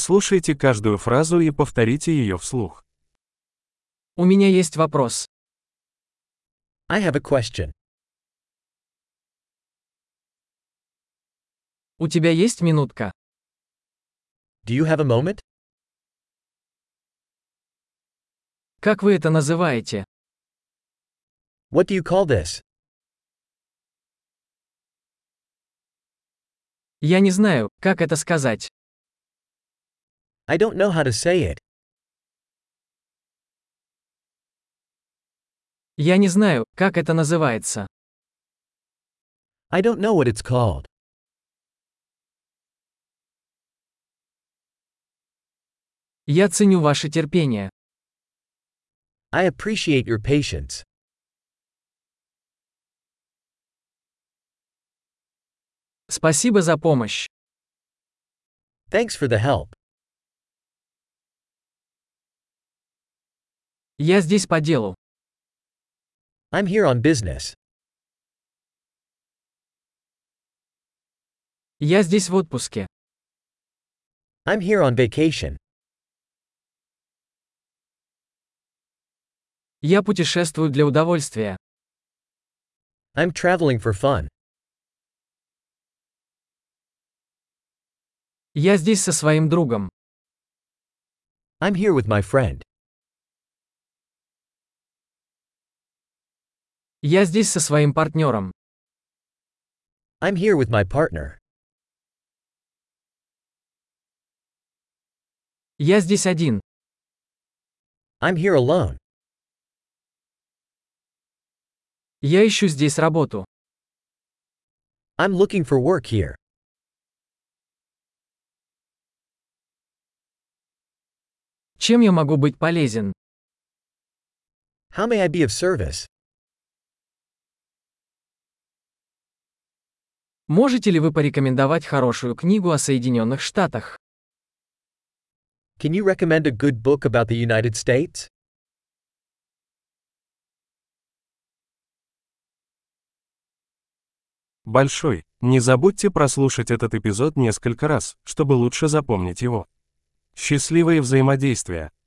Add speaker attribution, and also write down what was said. Speaker 1: Прослушайте каждую фразу и повторите ее вслух.
Speaker 2: У меня есть вопрос.
Speaker 3: I have a question.
Speaker 2: У тебя есть минутка?
Speaker 3: Do you have a moment?
Speaker 2: Как вы это называете?
Speaker 3: What do you call this?
Speaker 2: Я не знаю, как это сказать.
Speaker 3: I don't know how to say it.
Speaker 2: Я не знаю, как это называется.
Speaker 3: I don't know what it's called.
Speaker 2: Я ценю ваше терпение.
Speaker 3: I appreciate your patience.
Speaker 2: Спасибо за помощь.
Speaker 3: Thanks for the help.
Speaker 2: Я здесь по делу.
Speaker 3: I'm here on business.
Speaker 2: Я здесь в отпуске.
Speaker 3: I'm here on vacation.
Speaker 2: Я путешествую для удовольствия.
Speaker 3: I'm traveling for fun.
Speaker 2: Я здесь со своим другом.
Speaker 3: I'm here with my friend.
Speaker 2: Я здесь со своим партнером.
Speaker 3: I'm here with my partner.
Speaker 2: Я здесь один.
Speaker 3: I'm here alone.
Speaker 2: Я ищу здесь работу.
Speaker 3: I'm looking for work here.
Speaker 2: Чем я могу быть полезен?
Speaker 3: How may I be of service?
Speaker 2: Можете ли вы порекомендовать хорошую книгу о Соединенных Штатах?
Speaker 3: Can you recommend a good book about the United States?
Speaker 1: Большой. Не забудьте прослушать этот эпизод несколько раз, чтобы лучше запомнить его. Счастливые взаимодействия!